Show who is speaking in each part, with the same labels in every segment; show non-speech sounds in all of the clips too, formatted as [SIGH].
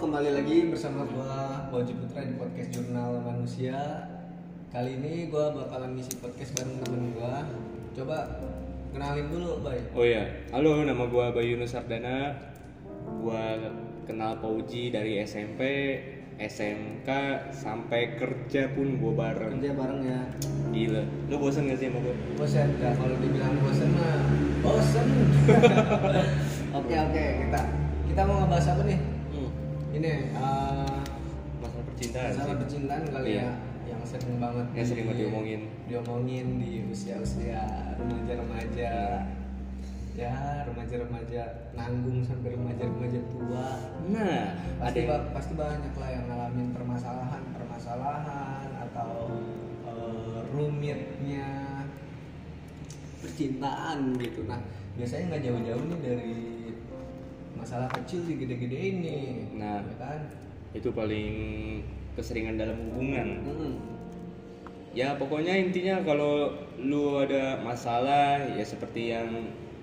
Speaker 1: kembali lagi bersama gua Bauji Putra di podcast Jurnal Manusia. Kali ini gua bakalan ngisi podcast bareng temen gua. Coba kenalin dulu, Bay.
Speaker 2: Oh iya, halo nama gua Bayu Nusardana Gua kenal Pauji dari SMP, SMK, sampai kerja pun gua bareng
Speaker 1: Kerja bareng ya.
Speaker 2: Gila, lu bosan gak sih sama gua?
Speaker 1: Bosan enggak kalau dibilang bosan mah [LAUGHS] bosan. Oke, oke, kita kita mau ngebahas apa nih? Ini eh,
Speaker 2: Masalah percintaan
Speaker 1: masalah
Speaker 2: sih
Speaker 1: percintaan kali
Speaker 2: Iya.
Speaker 1: ya yang sering banget
Speaker 2: Yang sering banget
Speaker 1: di-
Speaker 2: diomongin.
Speaker 1: diomongin di usia-usia remaja-remaja
Speaker 2: Iya.
Speaker 1: ya remaja-remaja nanggung sampai remaja-remaja tua
Speaker 2: Nah, ada
Speaker 1: pasti,
Speaker 2: yang
Speaker 1: ba- pasti banyak lah yang ngalamin permasalahan permasalahan atau eh, rumitnya percintaan gitu nah biasanya nggak jauh-jauh nih dari masalah kecil digede-gede ini
Speaker 2: Nah.
Speaker 1: ya kan
Speaker 2: itu paling keseringan dalam hubungan
Speaker 1: Mm.
Speaker 2: Ya pokoknya intinya kalau lu ada masalah ya seperti yang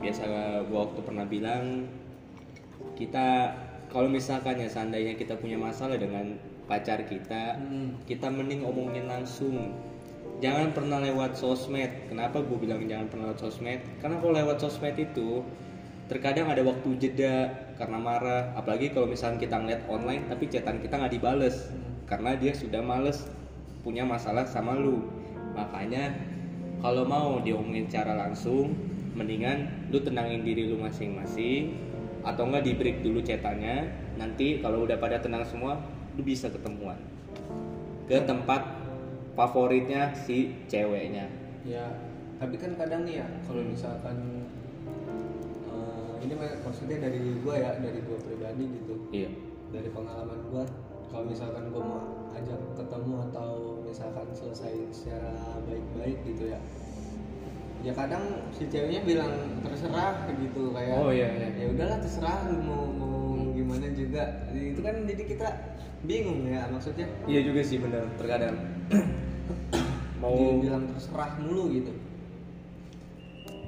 Speaker 2: biasa gua waktu pernah bilang kita kalau misalkan ya seandainya kita punya masalah dengan pacar kita
Speaker 1: Hmm.
Speaker 2: kita mending omongin langsung jangan pernah lewat sosmed kenapa gue bilang jangan pernah lewat sosmed karena kalau lewat sosmed itu terkadang ada waktu jeda karena marah apalagi kalau misalkan kita ngeliat online tapi chatan kita nggak dibales karena dia sudah males punya masalah sama lu makanya kalau mau diomongin cara langsung mendingan lu tenangin diri lu masing-masing atau enggak di break dulu chatannya nanti kalau udah pada tenang semua lu bisa ketemuan ke tempat favoritnya si ceweknya
Speaker 1: Ya, tapi kan kadang nih ya kalau misalkan eh, ini mah maksudnya dari gua ya, dari gua pribadi gitu,
Speaker 2: iya
Speaker 1: dari pengalaman gua. Kalau misalkan gua mau ajak ketemu atau misalkan selesai secara baik-baik gitu ya, ya kadang si ceweknya bilang terserah gitu kayak
Speaker 2: Oh, iya, iya.
Speaker 1: ya udahlah terserah lu mau mau gimana juga itu kan jadi kita bingung ya maksudnya
Speaker 2: iya juga sih bener terkadang [COUGHS] mau
Speaker 1: dibilang terserah mulu gitu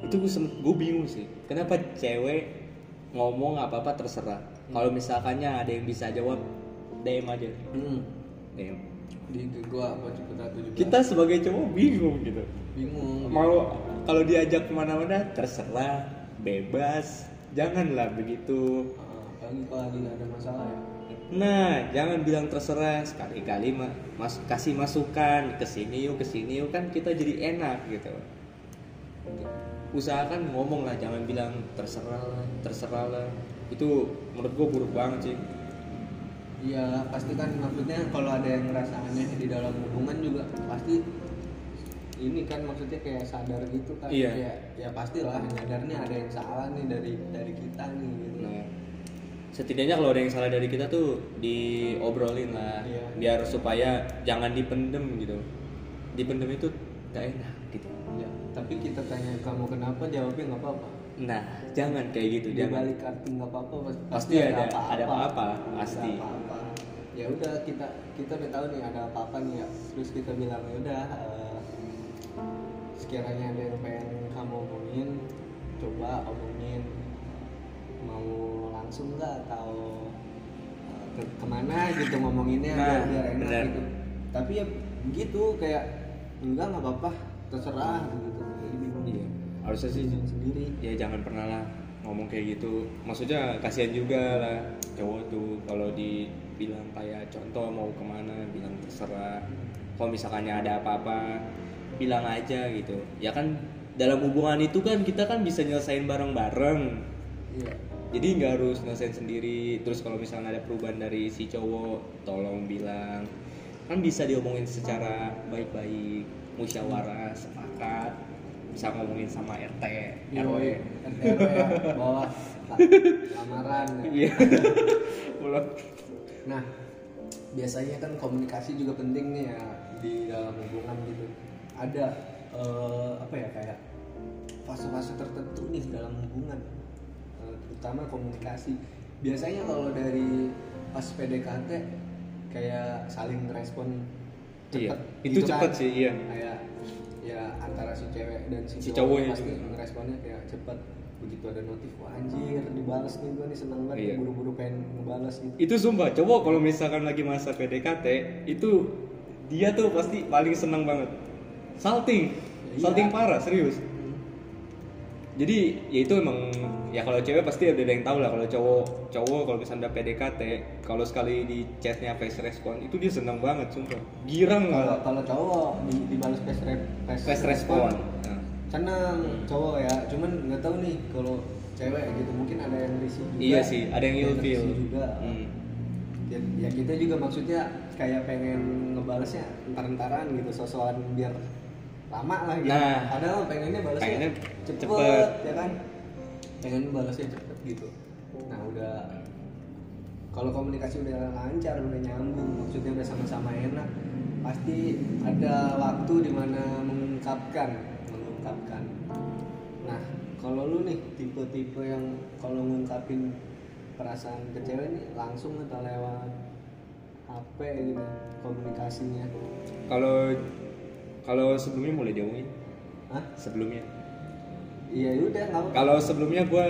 Speaker 2: itu gue bingung sih kenapa cewek ngomong apa apa terserah kalau misalkannya ada yang bisa jawab DM aja
Speaker 1: Hmm.
Speaker 2: DM
Speaker 1: di di gua apa Ciputra 17.
Speaker 2: kita sebagai cowok bingung gitu
Speaker 1: bingung
Speaker 2: mau kalau diajak kemana-mana terserah bebas janganlah begitu
Speaker 1: Ah, apalagi kalau lagi nggak ada masalah ya
Speaker 2: Nah, jangan bilang terserah sekali-kali ma- mas kasih masukan ke sini yuk ke sini yuk kan kita jadi enak gitu. Usahakan ngomong lah, jangan bilang terserah lah, terserah lah. Itu menurut gue buruk banget sih.
Speaker 1: iya pasti kan maksudnya kalau ada yang ngerasa aneh di dalam hubungan juga pasti ini kan maksudnya kayak sadar gitu kan
Speaker 2: Iya.
Speaker 1: ya, ya pastilah nyadar nih ada yang salah nih dari dari kita nih gitu
Speaker 2: Nah, setidaknya kalau ada yang salah dari kita tuh diobrolin lah,
Speaker 1: Iya.
Speaker 2: biar supaya jangan dipendem gitu. Dipendem itu gak enak gitu.
Speaker 1: ya, tapi kita tanya kamu kenapa jawabnya nggak apa-apa
Speaker 2: Nah, jangan kayak gitu,
Speaker 1: di
Speaker 2: jangan.
Speaker 1: balik kartu nggak apa-apa pas-
Speaker 2: Pasti ada- ada apa-apa, pasti.
Speaker 1: ada apa-apa ya udah kita kita udah tahu nih ada apa-apa nih ya terus kita bilang ya udah eh, sekiranya ada yang pengen kamu omongin coba omongin mau langsung nggak atau eh, ke- kemana gitu ngomonginnya
Speaker 2: Nah,
Speaker 1: biar, biar enak
Speaker 2: benar.
Speaker 1: gitu tapi ya begitu kayak enggak nggak apa-apa terserah gitu Jadi bingung.
Speaker 2: Iya. Harusnya sih
Speaker 1: Bingung sendiri
Speaker 2: ya jangan pernah lah ngomong kayak gitu maksudnya kasihan juga lah cowok tuh kalau dibilang kayak contoh mau kemana bilang terserah kalau misalkannya ada apa-apa bilang aja gitu ya kan dalam hubungan itu kan kita kan bisa nyelesain bareng-bareng
Speaker 1: iya
Speaker 2: jadi nggak harus nyelesain sendiri terus kalau misalnya ada perubahan dari si cowok tolong bilang kan bisa diomongin secara baik-baik musyawarah sepakat bisa ngomongin sama RT RW [LAUGHS]
Speaker 1: RW bawa lamaran ya.
Speaker 2: Iya. Pulang.
Speaker 1: nah biasanya kan komunikasi juga penting nih ya di dalam hubungan gitu ada eh, apa ya kayak fase-fase tertentu nih dalam hubungan Eh, terutama komunikasi biasanya kalau dari pas PDKT kayak saling respon
Speaker 2: Iya.
Speaker 1: cepet gitu
Speaker 2: Itu
Speaker 1: kan.
Speaker 2: cepet sih, iya.
Speaker 1: kayak ya antara si cewek dan si,
Speaker 2: Si ya, gitu.
Speaker 1: cowok
Speaker 2: cowoknya
Speaker 1: pasti
Speaker 2: juga.
Speaker 1: responnya kayak cepet begitu ada notif wah anjir dibales nih gue nih seneng banget
Speaker 2: Iya.
Speaker 1: nih, buru-buru pengen ngebales gitu
Speaker 2: itu sumpah cowok kalau misalkan lagi masa PDKT itu dia tuh pasti paling senang banget salting
Speaker 1: Iya.
Speaker 2: salting parah serius jadi ya itu emang ya kalau cewek pasti ada yang tahu lah kalau cowok cowok kalau misalnya ada PDKT kalau sekali di chatnya face respon itu dia senang banget sumpah girang
Speaker 1: kalau
Speaker 2: malah
Speaker 1: kalau cowok di, dibales fast re- fast
Speaker 2: face respon Nah,
Speaker 1: senang cowok ya cuman nggak tahu nih kalau cewek gitu mungkin ada yang risih juga
Speaker 2: iya sih ada yang ill feel
Speaker 1: risih juga
Speaker 2: Hmm.
Speaker 1: ya, ya kita juga maksudnya kayak pengen ngebalesnya entar-entaran gitu sosokan biar lama lah gitu
Speaker 2: Nah.
Speaker 1: padahal pengennya balesnya
Speaker 2: Pengennya
Speaker 1: ya? cepet,
Speaker 2: cepet.
Speaker 1: ya kan pengen balesnya cepet gitu nah udah kalau komunikasi udah lancar udah nyambung maksudnya udah sama-sama enak pasti ada waktu dimana mengungkapkan mengungkapkan nah kalau lu nih tipe-tipe yang kalau ngungkapin perasaan ke cewek nih langsung atau lewat HP gitu komunikasinya
Speaker 2: kalau kalau sebelumnya mulai diomongin
Speaker 1: Hah?
Speaker 2: sebelumnya
Speaker 1: iya udah nggak apa
Speaker 2: kalau sebelumnya gue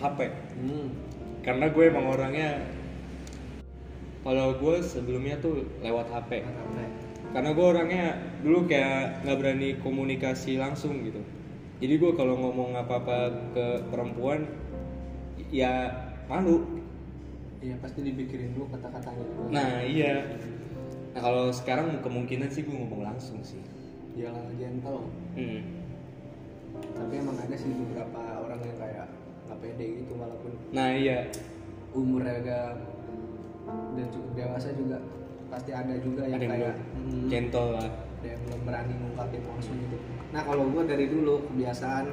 Speaker 2: HP
Speaker 1: hmm.
Speaker 2: karena gue emang orangnya kalau gue sebelumnya tuh lewat HP
Speaker 1: HP.
Speaker 2: karena gue orangnya dulu kayak nggak berani komunikasi langsung gitu jadi gue kalau ngomong apa-apa ke perempuan ya malu
Speaker 1: iya pasti dipikirin dulu kata-katanya dulu
Speaker 2: nah iya nah kalau sekarang kemungkinan sih gue ngomong langsung sih
Speaker 1: dia lah gentle
Speaker 2: Hmm.
Speaker 1: tapi emang ada sih beberapa orang yang kayak nggak pede gitu walaupun
Speaker 2: nah iya
Speaker 1: umurnya udah dan cukup dewasa juga pasti ada juga yang
Speaker 2: ada yang
Speaker 1: kayak
Speaker 2: belum
Speaker 1: hmm,
Speaker 2: gentle lah
Speaker 1: ada yang belum berani ngungkapin langsung gitu nah kalau gue dari dulu kebiasaan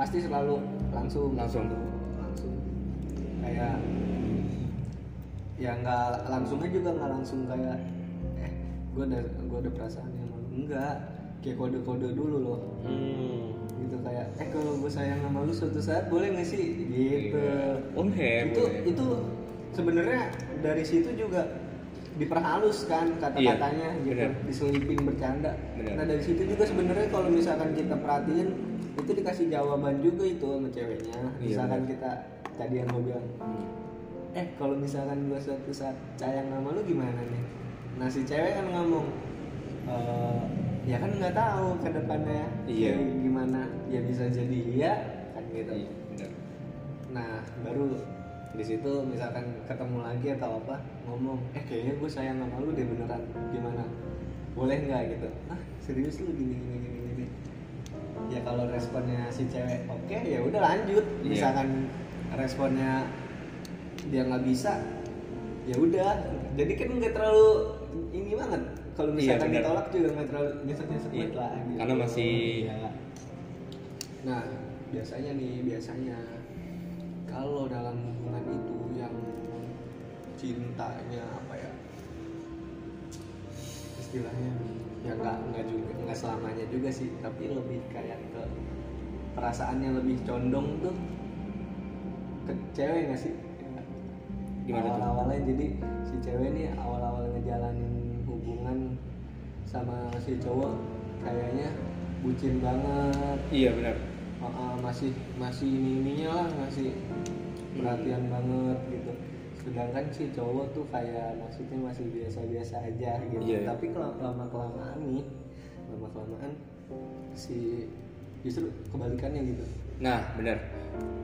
Speaker 1: pasti selalu langsung
Speaker 2: Langsung.
Speaker 1: langsung kayak ya nggak langsungnya juga nggak langsung kayak eh gue ada gue ada perasaan yang enggak kayak kode-kode dulu loh
Speaker 2: hmm.
Speaker 1: gitu kayak eh kalau gue sayang sama lu suatu saat boleh nggak sih gitu
Speaker 2: Oh, heboh
Speaker 1: itu
Speaker 2: ya.
Speaker 1: itu sebenarnya dari situ juga diperhalus kan kata-katanya
Speaker 2: Iya,
Speaker 1: gitu
Speaker 2: benar.
Speaker 1: diselipin bercanda
Speaker 2: Benar.
Speaker 1: nah dari situ juga sebenarnya kalau misalkan kita perhatiin itu dikasih jawaban juga itu sama ceweknya
Speaker 2: Iya,
Speaker 1: misalkan
Speaker 2: benar. Hmm.
Speaker 1: kita tadi yang gue bilang eh kalau misalkan gue suatu saat sayang sama lu gimana nih nah si cewek kan ngomong "Eh, ya kan nggak tahu ke depannya
Speaker 2: Iya.
Speaker 1: kayak gimana ya bisa jadi iya kan gitu
Speaker 2: Iya, bener.
Speaker 1: nah baru di situ misalkan ketemu lagi atau apa ngomong eh kayaknya gue sayang sama lu deh beneran gimana boleh nggak gitu ah serius lu gini gini gini gini ya kalau responnya si cewek oke ya udah lanjut
Speaker 2: Iya.
Speaker 1: misalkan responnya dia nggak bisa ya udah jadi kan nggak terlalu ini banget kalau
Speaker 2: Iya,
Speaker 1: misalkan
Speaker 2: bener.
Speaker 1: ditolak juga nggak terlalu nyesek nyesek
Speaker 2: Iya,
Speaker 1: lah gitu.
Speaker 2: karena masih-
Speaker 1: Iya. Nah, biasanya nih, biasanya kalau dalam hubungan itu yang cintanya apa ya? Istilahnya ya nggak nggak juga nggak selamanya juga sih, tapi lebih kayak ke perasaannya lebih condong tuh ke cewek nggak sih?
Speaker 2: Gimana tuh?
Speaker 1: awal-awalnya jadi si cewek nih awal-awal ngejalanin hubungan sama si cowok kayaknya bucin banget
Speaker 2: iya benar
Speaker 1: Uh, uh, masih masih ini ininya lah masih perhatian banget gitu sedangkan si cowok tuh kayak maksudnya masih biasa-biasa aja gitu
Speaker 2: Iya, iya.
Speaker 1: tapi kalau lama kelamaan nih lama kelamaan si justru kebalikannya gitu
Speaker 2: nah benar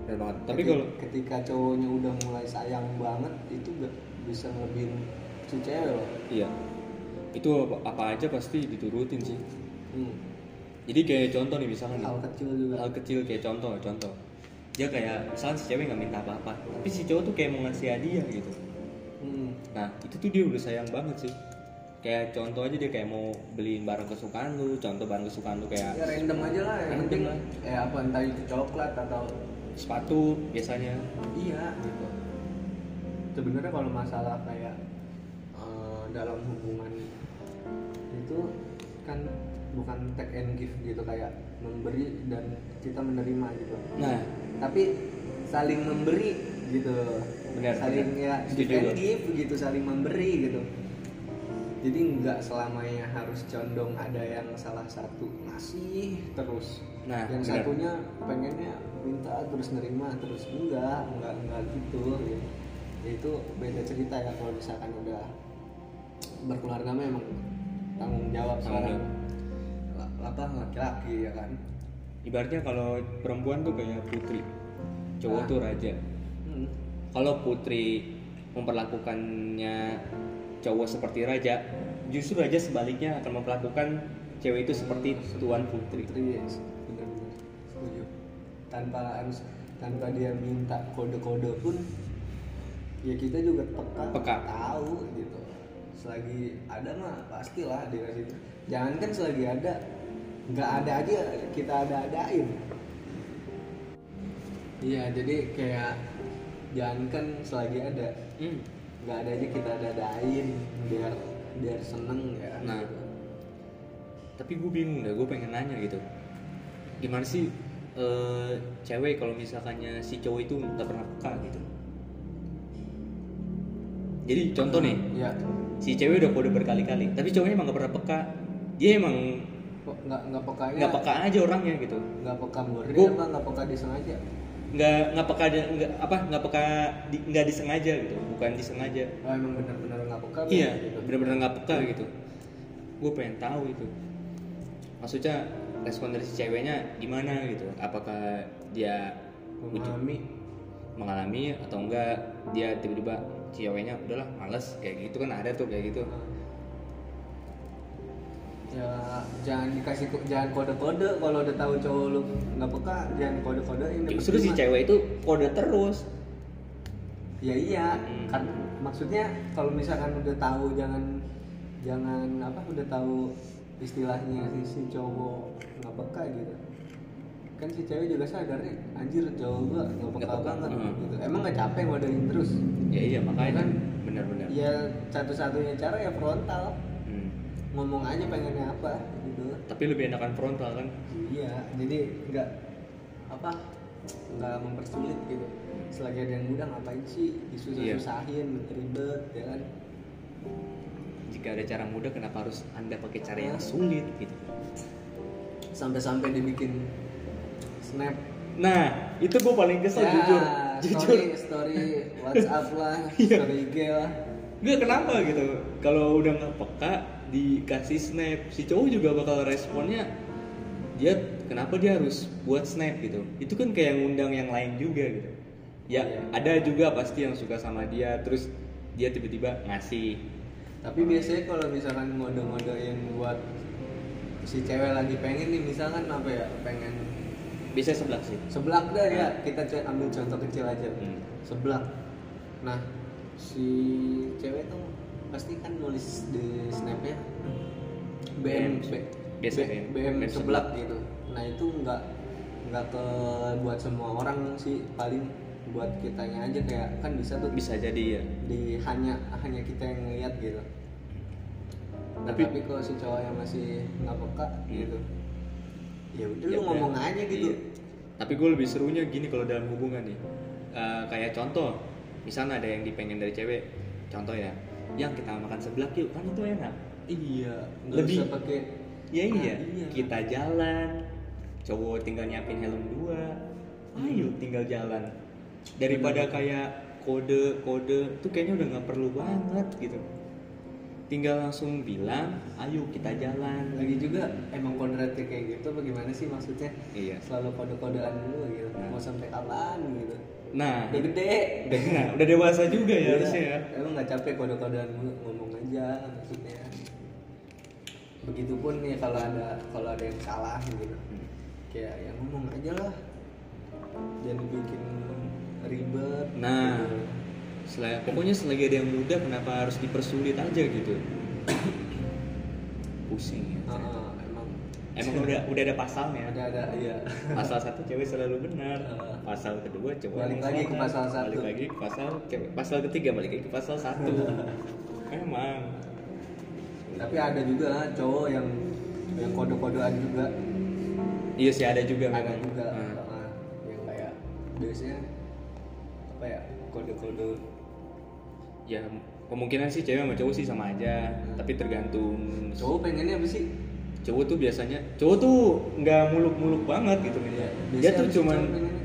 Speaker 2: benar banget tapi
Speaker 1: Keti-
Speaker 2: kalau
Speaker 1: ketika cowoknya udah mulai sayang banget itu gak bisa ngelebihin si cewek loh
Speaker 2: Iya. Itu apa, apa aja pasti diturutin sih.
Speaker 1: hmm.
Speaker 2: Jadi kayak contoh nih misalkan nih,
Speaker 1: hal kecil juga
Speaker 2: Iya. hal kecil kayak contoh, contoh. Dia kayak misalkan si cewek nggak minta apa-apa, tapi si cowok tuh kayak mau ngasih hadiah gitu.
Speaker 1: hmm.
Speaker 2: Nah itu tuh dia udah sayang banget sih. Kayak contoh aja dia kayak mau beliin barang kesukaan lu, contoh barang kesukaan lu
Speaker 1: ya
Speaker 2: kayak
Speaker 1: random aja lah yang
Speaker 2: Random
Speaker 1: penting
Speaker 2: lah.
Speaker 1: ya apa entah itu coklat atau
Speaker 2: sepatu biasanya.
Speaker 1: iya gitu sebenarnya kalau masalah kayak eh, dalam hubungan itu kan bukan take and give gitu kayak memberi dan kita menerima gitu
Speaker 2: Nah
Speaker 1: tapi saling memberi gitu
Speaker 2: Benar,
Speaker 1: saling
Speaker 2: benar.
Speaker 1: ya give
Speaker 2: Setuju
Speaker 1: and
Speaker 2: gue.
Speaker 1: give gitu saling memberi gitu jadi nggak selamanya harus condong ada yang salah satu masih terus
Speaker 2: Nah,
Speaker 1: yang
Speaker 2: benar.
Speaker 1: satunya pengennya minta terus nerima terus enggak enggak enggak gitu gitu. Ya, itu beda cerita ya kalau misalkan udah berkeluarga memang tanggung jawab
Speaker 2: Tanggung
Speaker 1: seorang la- apa laki-laki ya kan
Speaker 2: Ibaratnya kalau perempuan tuh kayak putri, cowok
Speaker 1: Ah.
Speaker 2: tuh raja.
Speaker 1: Hmm.
Speaker 2: Kalau putri memperlakukannya cowok seperti raja, justru raja sebaliknya akan memperlakukan cewek itu seperti tuan putri.
Speaker 1: Putri ya, benar-benar setuju. Tanpa harus tanpa dia minta kode-kode pun ya kita juga peka,
Speaker 2: Peka.
Speaker 1: tahu gitu. Selagi ada mah pastilah di situ. Jangan kan selagi ada nggak ada aja kita ada-adain. Iya, jadi kayak jangankan selagi ada
Speaker 2: Hmm.
Speaker 1: nggak ada aja kita ada-adain biar biar seneng ya.
Speaker 2: Nah, tapi gue bingung deh, gue pengen nanya gitu. Gimana sih eh, cewek kalau misalkannya si cowok itu nggak pernah peka gitu? Jadi contoh nih,
Speaker 1: Iya.
Speaker 2: si cewek udah kode berkali-kali, tapi cowoknya emang nggak pernah peka. Dia emang
Speaker 1: Kok nggak nggak pekanya?
Speaker 2: nggak peka aja orangnya gitu.
Speaker 1: nggak peka murni
Speaker 2: Gua-
Speaker 1: apa nggak peka disengaja
Speaker 2: Nggak nggak peka ada nggak apa nggak peka di- nggak disengaja gitu, bukan disengaja.
Speaker 1: oh, emang benar-benar nggak peka
Speaker 2: Iya,
Speaker 1: gitu.
Speaker 2: benar-benar nggak peka gitu. Gue pengen tahu itu. Maksudnya respon dari si ceweknya gimana gitu? Apakah dia uju-
Speaker 1: memahami
Speaker 2: mengalami atau enggak? Dia tiba-tiba si ceweknya udahlah males kayak gitu kan ada tuh kayak gitu.
Speaker 1: ya jangan dikasih ko- jangan kode-kode kalau udah tahu cowok lu nggak peka jangan kode-kode ini
Speaker 2: Justru si cewek itu kode terus.
Speaker 1: ya iya
Speaker 2: Hmm.
Speaker 1: kan maksudnya kalau misalkan udah tahu jangan jangan apa udah tahu istilahnya si, si cowok nggak peka gitu kan si cewek juga sadar nih anjir cowok gua nggak peka
Speaker 2: Nggak peka,
Speaker 1: banget
Speaker 2: hmm.
Speaker 1: gitu emang nggak capek modelin terus
Speaker 2: Ya iya makanya kan benar-benar.
Speaker 1: ya satu-satunya cara ya frontal
Speaker 2: Hmm.
Speaker 1: ngomong aja pengennya apa gitu
Speaker 2: Tapi lebih enakan frontal kan?
Speaker 1: iya jadi nggak apa nggak mempersulit gitu selagi ada yang mudah ngapain sih
Speaker 2: Iya.
Speaker 1: disusah-susahin ribet ya kan
Speaker 2: Jika ada cara mudah kenapa harus anda pakai cara yang sulit gitu?
Speaker 1: sampai-sampai dibikin snap Ya,
Speaker 2: Nah itu gue paling kesel jujur. Jujur.
Speaker 1: story
Speaker 2: Iya. [LAUGHS]
Speaker 1: story WhatsApp lah story IG lah
Speaker 2: Gak kenapa gitu Kalau udah nggak peka Dikasih snap Si cowok juga bakal responnya Dia kenapa dia harus buat snap gitu Itu kan kayak ngundang yang lain juga gitu Ya
Speaker 1: Iya.
Speaker 2: ada juga pasti yang suka sama dia Terus dia tiba-tiba ngasih
Speaker 1: tapi biasanya kalau misalkan ngode-ngodein buat si cewek lagi pengen nih misalkan apa ya pengen
Speaker 2: Bisa sebelah sih
Speaker 1: seblak dah ya kita co- ambil contoh kecil aja
Speaker 2: Hmm.
Speaker 1: seblak nah si cewek tuh pasti kan nulis di snapnya BM B,
Speaker 2: Biasa
Speaker 1: B-
Speaker 2: BM.
Speaker 1: BM
Speaker 2: BM
Speaker 1: seblak gitu nah itu nggak nggak ke buat semua orang sih paling buat kitanya aja kayak kan bisa tuh
Speaker 2: Bisa jadi ya
Speaker 1: di hanya hanya kita yang ngeliat gitu Nah, tapi,
Speaker 2: Tapi-
Speaker 1: kalau si cowok yang masih nggak peka
Speaker 2: Hmm.
Speaker 1: gitu ya udah
Speaker 2: Ya
Speaker 1: lu
Speaker 2: udah.
Speaker 1: ngomong aja gitu
Speaker 2: Iya. Tapi gue lebih serunya gini kalau dalam hubungan nih. Eh, kayak contoh, misalnya ada yang dipengen dari cewek. Contoh ya, yang kita makan sebelah yuk kan itu enak.
Speaker 1: Iya, nggak
Speaker 2: Lebih.
Speaker 1: usah pakai
Speaker 2: Ya
Speaker 1: Ah,
Speaker 2: iya,
Speaker 1: iya.
Speaker 2: kita jalan. Cowok tinggal nyiapin helm dua.
Speaker 1: Hmm.
Speaker 2: Ayo tinggal jalan. Daripada kayak kode-kode tuh kayaknya udah nggak perlu banget gitu. Tinggal langsung bilang, ayo kita jalan.
Speaker 1: lagi juga emang kodratnya kayak gitu bagaimana sih maksudnya?
Speaker 2: Iya.
Speaker 1: Selalu kode-kodean dulu gitu.
Speaker 2: Nah.
Speaker 1: Mau sampai kapan gitu.
Speaker 2: Nah,
Speaker 1: Udah gede. Iya.
Speaker 2: udah, [LAUGHS] Nah, udah dewasa juga ya harusnya ya.
Speaker 1: Emang nggak capek kode-kodean mulu ngomong aja maksudnya. Begitupun nih kalau ada kalau ada yang salah gitu.
Speaker 2: Hmm.
Speaker 1: Kayak yang ngomong aja lah. Jangan bikin ribet.
Speaker 2: Nah,
Speaker 1: gitu.
Speaker 2: sel- pokoknya selagi ada yang muda kenapa harus dipersulit aja gitu? Pusing. Ya.
Speaker 1: Heeh, emang
Speaker 2: Emang udah udah ada pasalnya.
Speaker 1: ada Ah. ada iya.
Speaker 2: [LAUGHS]
Speaker 1: [LAUGHS]
Speaker 2: Pasal satu cewek selalu benar.
Speaker 1: Ah.
Speaker 2: Pasal kedua cewek
Speaker 1: Balik
Speaker 2: yang
Speaker 1: lagi
Speaker 2: salah.
Speaker 1: ke pasal satu.
Speaker 2: Balik lagi ke pasal cewek. Pasal ketiga balik lagi ke pasal
Speaker 1: [LAUGHS]
Speaker 2: satu. Emang.
Speaker 1: Tapi ada juga cowok yang yang kode-kodean juga.
Speaker 2: Iya sih ada juga
Speaker 1: Ada
Speaker 2: memang.
Speaker 1: juga
Speaker 2: Ah.
Speaker 1: uh, yang kayak biasanya apa ya kode-kode
Speaker 2: Ya kemungkinan sih cewek sama cowok sih sama aja tapi tergantung
Speaker 1: cowok pengennya apa sih
Speaker 2: cowok tuh biasanya cowok tuh nggak muluk-muluk banget gitu kan
Speaker 1: Iya,
Speaker 2: dia
Speaker 1: biasanya
Speaker 2: tuh
Speaker 1: sih
Speaker 2: cuman
Speaker 1: cowok pengennya.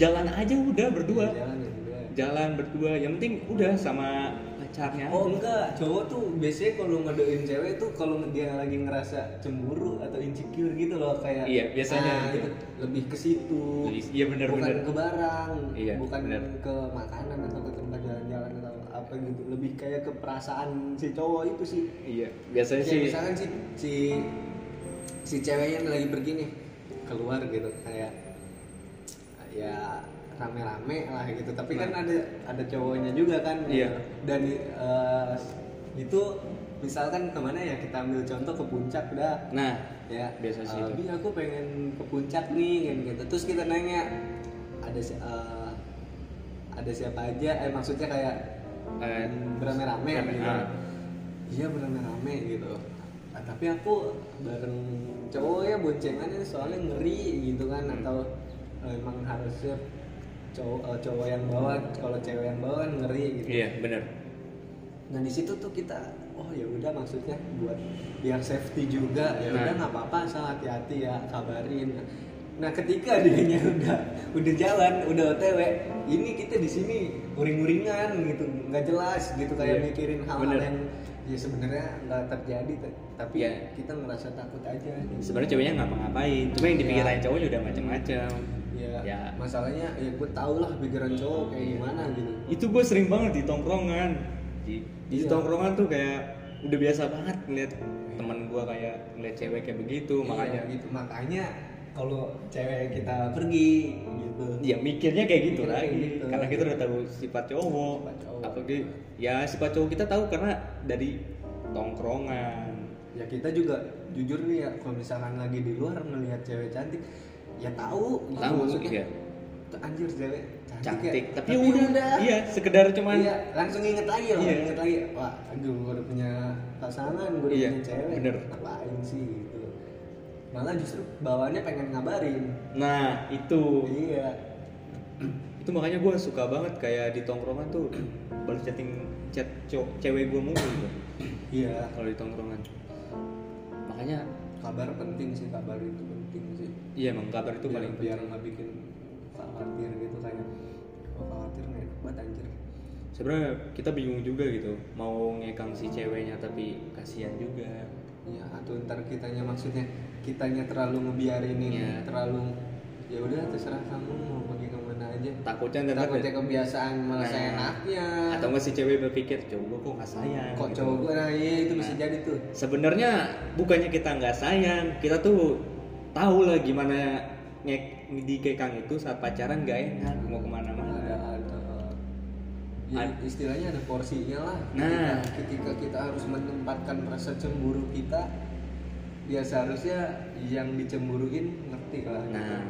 Speaker 2: jalan aja udah berdua
Speaker 1: jalan ya berdua ya.
Speaker 2: jalan berdua yang penting udah sama pacarnya
Speaker 1: Oh enggak, cowok tuh biasanya kalau ngedoin cewek tuh kalau dia lagi ngerasa cemburu atau insecure gitu loh kayak
Speaker 2: Iya, biasanya.
Speaker 1: "Ah, gitu. lebih ke situ.
Speaker 2: Lebih- iya, bener,
Speaker 1: Bukan
Speaker 2: bener.
Speaker 1: ke barang,
Speaker 2: Iya,
Speaker 1: bukan
Speaker 2: bener.
Speaker 1: ke makanan atau ke tempat jalan-jalan atau apa gitu. Lebih kayak ke perasaan si cowok itu sih.
Speaker 2: iya biasanya
Speaker 1: Kayak
Speaker 2: sih
Speaker 1: Ya, misalkan si si si ceweknya lagi pergi nih keluar gitu kayak ya rame-rame lah gitu tapi kan ada ada cowoknya juga kan
Speaker 2: Nah. Iya.
Speaker 1: dan eh, itu misalkan kemana ya kita ambil contoh ke puncak dah
Speaker 2: nah
Speaker 1: ya
Speaker 2: Biasa sih
Speaker 1: eh,
Speaker 2: itu.
Speaker 1: Bi, aku pengen ke puncak nih kan gitu terus kita nanya ada si- eh, ada siapa aja eh maksudnya kayak
Speaker 2: eh,
Speaker 1: berame-rame
Speaker 2: Rame,
Speaker 1: gitu.
Speaker 2: ah.
Speaker 1: Iya berame-rame gitu. Ah, tapi aku bareng cowok ya boncengannya soalnya ngeri gitu kan
Speaker 2: Hmm.
Speaker 1: atau eh, emang harusnya cowok eh, cowok yang bawa kalau cewek yang bawa kan ngeri gitu.
Speaker 2: iya bener
Speaker 1: Nah di situ tuh kita oh ya udah maksudnya buat biar safety juga ya
Speaker 2: Nah.
Speaker 1: udah nggak apa-apa asal hati-hati ya kabarin. Nah ketika [LAUGHS] adanya udah udah jalan udah otw ini kita di sini uring-uringan gitu nggak jelas gitu kayak
Speaker 2: Iya,
Speaker 1: mikirin hal-hal
Speaker 2: bener.
Speaker 1: yang ya sebenarnya nggak terjadi t- tapi
Speaker 2: Iya.
Speaker 1: kita ngerasa takut aja. gitu.
Speaker 2: sebenarnya ceweknya ngapa-ngapain cuma yang
Speaker 1: Iya.
Speaker 2: dipikirin cowoknya udah macam-macam
Speaker 1: Ya,
Speaker 2: Ya.
Speaker 1: masalahnya ya gue tau lah pikiran cowok kayak gimana gitu.
Speaker 2: itu gue sering banget di tongkrongan di, di
Speaker 1: Iya.
Speaker 2: tongkrongan tuh kayak udah biasa banget ngeliat teman gue kayak ngeliat cewek kayak begitu makanya
Speaker 1: Iya, gitu makanya kalau cewek kita pergi gitu.
Speaker 2: ya mikirnya kayak gitu
Speaker 1: Mikirnya
Speaker 2: lagi
Speaker 1: kayak gitu.
Speaker 2: karena kita udah tahu sifat cowok,
Speaker 1: Sifat cowok.
Speaker 2: apalagi ya sifat cowok kita tahu karena dari tongkrongan
Speaker 1: ya kita juga jujur nih ya kalau misalkan lagi di luar melihat cewek cantik ya tahu gitu
Speaker 2: Tahu,
Speaker 1: maksudnya
Speaker 2: iya.
Speaker 1: "Tuh, anjir cewek cantik,
Speaker 2: cantik
Speaker 1: ya."
Speaker 2: tapi, udah, iya sekedar cuman
Speaker 1: Iya, langsung inget lagi loh
Speaker 2: Iya.
Speaker 1: inget lagi wah aduh gue udah punya pasangan gue udah
Speaker 2: Iya,
Speaker 1: punya cewek
Speaker 2: bener.
Speaker 1: ngapain sih gitu malah justru bawaannya pengen ngabarin
Speaker 2: nah itu
Speaker 1: iya
Speaker 2: itu makanya gue suka banget kayak di tongkrongan tuh baru chatting chat cowok cewek gue mulu gitu.
Speaker 1: iya
Speaker 2: kalau di tongkrongan makanya
Speaker 1: kabar penting sih kabar itu penting sih
Speaker 2: iya emang kabar itu
Speaker 1: biar,
Speaker 2: paling
Speaker 1: biar nggak bikin khawatir gitu kayak oh, khawatir nggak enak banget anjir
Speaker 2: sebenarnya kita bingung juga gitu mau ngekang si ceweknya tapi kasihan juga
Speaker 1: ya atau ntar kitanya maksudnya kitanya terlalu ngebiarin ini
Speaker 2: Iya.
Speaker 1: terlalu ya udah terserah kamu mau pergi kemana aja
Speaker 2: takutnya ntar-
Speaker 1: takutnya kebiasaan malah
Speaker 2: Nah.
Speaker 1: saya enaknya
Speaker 2: atau nggak si cewek berpikir cowok gua kok nggak sayang
Speaker 1: kok
Speaker 2: gitu.
Speaker 1: cowok gue nah iya itu bisa
Speaker 2: Nah.
Speaker 1: jadi tuh
Speaker 2: sebenarnya bukannya kita nggak sayang kita tuh tahu lah gimana ngek di kekang itu saat pacaran nggak enak mau
Speaker 1: ada
Speaker 2: kemana-mana
Speaker 1: ada ya,
Speaker 2: Ad-
Speaker 1: istilahnya ada porsinya lah
Speaker 2: Nah.
Speaker 1: ketika, ketika kita harus menempatkan rasa cemburu kita ya seharusnya yang dicemburuin ngerti lah gitu.
Speaker 2: nah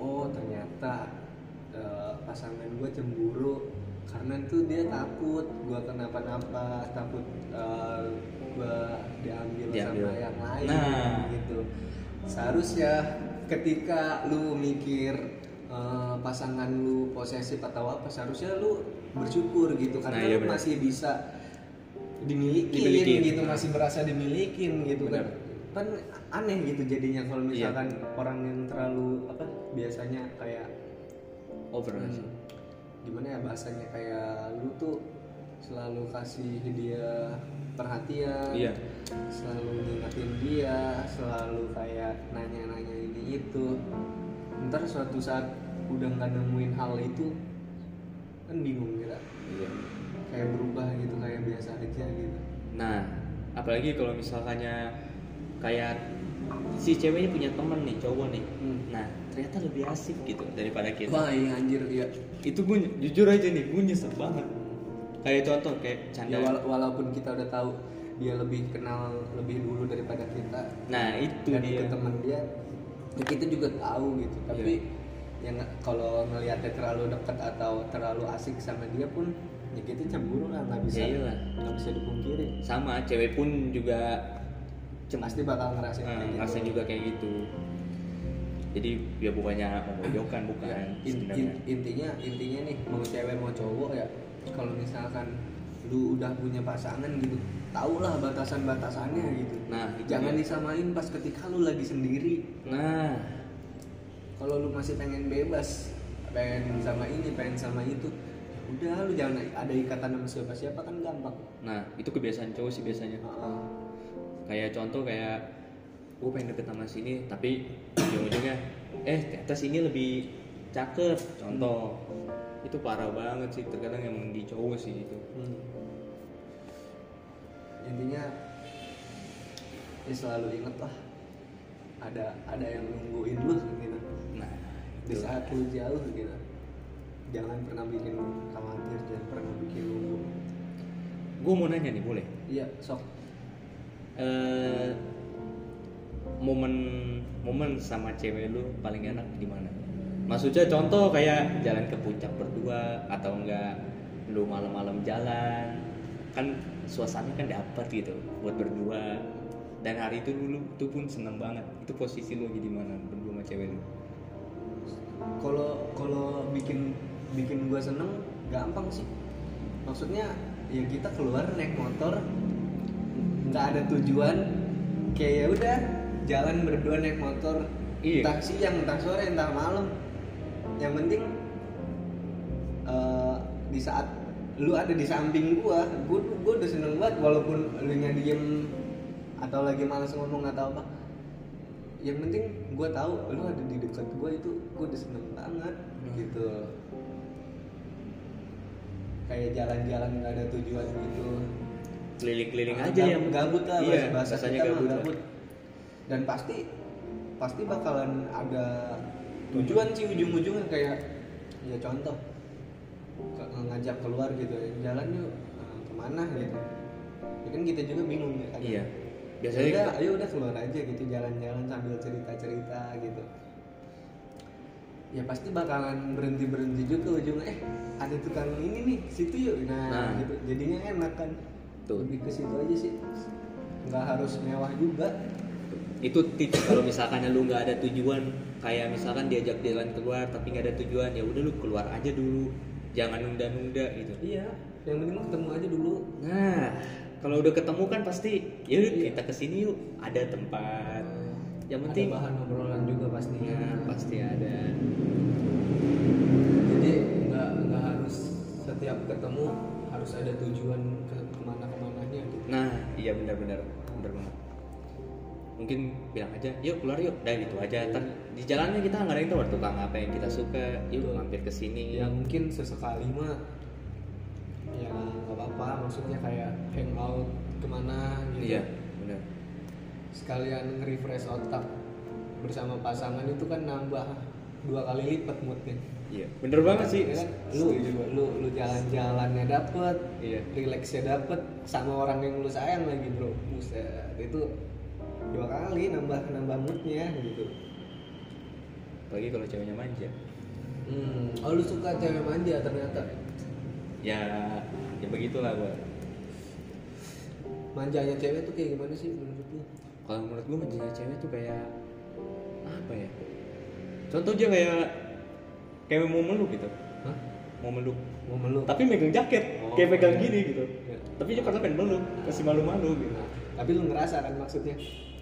Speaker 1: oh ternyata eh, pasangan gue cemburu karena itu dia takut gue kenapa-napa takut gue diambil,
Speaker 2: Diambil.
Speaker 1: sama yang lain
Speaker 2: Nah.
Speaker 1: gitu seharusnya ketika lu mikir eh, pasangan lu posesif atau apa seharusnya lu bersyukur gitu karena
Speaker 2: Nah, iya
Speaker 1: lu
Speaker 2: benar.
Speaker 1: masih bisa dimiliki
Speaker 2: Dimilikin.
Speaker 1: gitu masih berasa dimilikin gitu kan kan
Speaker 2: Benar.
Speaker 1: aneh gitu jadinya kalau
Speaker 2: Iya.
Speaker 1: misalkan orang yang terlalu apa biasanya kayak
Speaker 2: over
Speaker 1: hmm, gimana ya bahasanya kayak lu tuh selalu kasih dia perhatian
Speaker 2: Iya.
Speaker 1: selalu ngingetin dia selalu kayak nanya-nanya ini itu ntar suatu saat udah nggak nemuin hal itu kan bingung kita
Speaker 2: Iya.
Speaker 1: kayak berubah gitu kayak biasa aja gitu
Speaker 2: nah apalagi kalau misalkannya kayak si ceweknya punya temen nih cowok nih
Speaker 1: Hmm.
Speaker 2: nah ternyata lebih asik gitu daripada kita
Speaker 1: wah iya anjir iya
Speaker 2: itu gue jujur aja nih gue nyesel banget kayak contoh kayak
Speaker 1: Ya,
Speaker 2: canda
Speaker 1: wala- walaupun kita udah tahu dia lebih kenal lebih dulu daripada kita
Speaker 2: nah itu
Speaker 1: dan
Speaker 2: dia
Speaker 1: ke teman dia, ya kita juga tahu gitu. Tapi
Speaker 2: Iya.
Speaker 1: yang kalau ngelihatnya terlalu dekat atau terlalu asik sama dia pun, ya kita cemburu lah nggak bisa,
Speaker 2: Ya iyalah.
Speaker 1: nggak bisa dipungkiri.
Speaker 2: sama cewek pun juga cemas
Speaker 1: Pasti bakal ngerasain kayak gitu.
Speaker 2: rasanya juga kayak gitu jadi ya bukannya memojokkan bukan
Speaker 1: Iya, In-
Speaker 2: sebenarnya
Speaker 1: in- intinya intinya nih mau cewek mau cowok ya kalau ya, misalkan lu udah punya pasangan gitu tahulah batasan batasannya gitu
Speaker 2: Nah, itu
Speaker 1: jangan
Speaker 2: dia.
Speaker 1: disamain pas ketika lu lagi sendiri
Speaker 2: Nah,
Speaker 1: kalau lu masih pengen bebas pengen sama ini pengen sama itu ya udah lu jangan ada ikatan sama siapa siapa kan gampang Ah,
Speaker 2: nah itu kebiasaan cowok sih biasanya. Kayak contoh kayak gue pengen deket sama sini tapi ujung-ujungnya eh ternyata sini lebih cakep contoh itu parah banget sih terkadang yang di cowok sih itu
Speaker 1: Hmm. intinya ya selalu inget lah ada ada yang nungguin lu gitu
Speaker 2: nah
Speaker 1: di saat lu jauh gitu jangan pernah bikin khawatir jangan pernah bikin lu
Speaker 2: gue mau nanya nih boleh
Speaker 1: iya sok
Speaker 2: eh momen momen sama cewek lu paling enak di mana? Maksudnya contoh kayak jalan ke puncak berdua atau enggak lu malam-malam jalan kan suasana kan dapat gitu buat berdua dan hari itu dulu itu pun seneng banget itu posisi lu lagi di mana berdua sama cewek lu
Speaker 1: kalau kalau bikin bikin gue seneng gampang sih maksudnya ya kita keluar naik motor nggak ada tujuan kayak ya udah jalan berdua naik motor
Speaker 2: Iya.
Speaker 1: entah siang entah sore entah malam yang penting eh, di saat lu ada di samping gua gua, gua udah seneng banget walaupun lu nya diem atau lagi malas ngomong atau apa yang penting gua tahu lu ada di dekat gua itu gua udah seneng banget gitu kayak jalan-jalan nggak ada tujuan gitu
Speaker 2: keliling-keliling
Speaker 1: Ah,
Speaker 2: aja
Speaker 1: gab-
Speaker 2: yang
Speaker 1: gabut lah
Speaker 2: iya,
Speaker 1: bahasa
Speaker 2: bahasanya
Speaker 1: kita mah
Speaker 2: gabut, lah.
Speaker 1: gabut. dan pasti pasti bakalan ada tujuan sih ujung-ujungnya kayak ya contoh ke- ngajak keluar gitu ya jalan yuk eh, kemana gitu ya kan kita juga bingung ya kan
Speaker 2: iya
Speaker 1: biasanya
Speaker 2: biasanya
Speaker 1: udah, ayo udah keluar aja gitu jalan-jalan sambil cerita-cerita gitu ya pasti bakalan berhenti berhenti juga ujungnya eh ada tukang ini nih situ yuk nah,
Speaker 2: Nah.
Speaker 1: gitu jadinya enak kan
Speaker 2: Tuh.
Speaker 1: lebih ke situ aja sih nggak harus mewah juga
Speaker 2: itu tips kalau misalkan lu nggak ada tujuan kayak misalkan diajak jalan keluar tapi nggak ada tujuan ya udah lu keluar aja dulu jangan nunda-nunda gitu
Speaker 1: iya yang penting lu ketemu aja dulu
Speaker 2: nah kalau udah ketemu kan pasti ya udah,
Speaker 1: Iya.
Speaker 2: kita kesini yuk ada tempat yang penting
Speaker 1: ada bahan obrolan juga pastinya
Speaker 2: nah, Kan. pasti ada
Speaker 1: jadi nggak nggak harus setiap ketemu harus ada tujuan ke kemana kemananya gitu
Speaker 2: nah iya benar-benar benar banget mungkin bilang aja yuk keluar yuk dah gitu aja Ntar di jalannya kita nggak ada yang tahu ada tukang apa yang kita suka yuk
Speaker 1: Betul.
Speaker 2: mampir ke sini
Speaker 1: ya mungkin sesekali mah ya nggak apa-apa maksudnya kayak hangout kemana gitu
Speaker 2: iya benar
Speaker 1: sekalian nge-refresh otak bersama pasangan itu kan nambah dua kali lipat moodnya
Speaker 2: iya bener banget sih
Speaker 1: Ya kan? lu
Speaker 2: lu
Speaker 1: lu lu jalan-jalannya dapet
Speaker 2: Iya.
Speaker 1: relaxnya dapet sama orang yang lu sayang lagi bro buset itu dua kali nambah nambah moodnya gitu
Speaker 2: apalagi kalau ceweknya manja
Speaker 1: hmm. oh lu suka cewek manja ternyata
Speaker 2: ya ya begitulah gua
Speaker 1: manjanya cewek tuh kayak gimana sih menurut lu
Speaker 2: kalau menurut gua menjadi cewek tuh kayak apa ya contoh aja kayak kayak mau meluk gitu
Speaker 1: Hah?
Speaker 2: mau meluk
Speaker 1: mau meluk
Speaker 2: tapi megang jaket
Speaker 1: Oh,
Speaker 2: kayak megang
Speaker 1: iya.
Speaker 2: gini gitu
Speaker 1: Iya.
Speaker 2: tapi dia pernah pengen meluk kasih malu-malu gitu
Speaker 1: Nah, tapi lu ngerasa kan maksudnya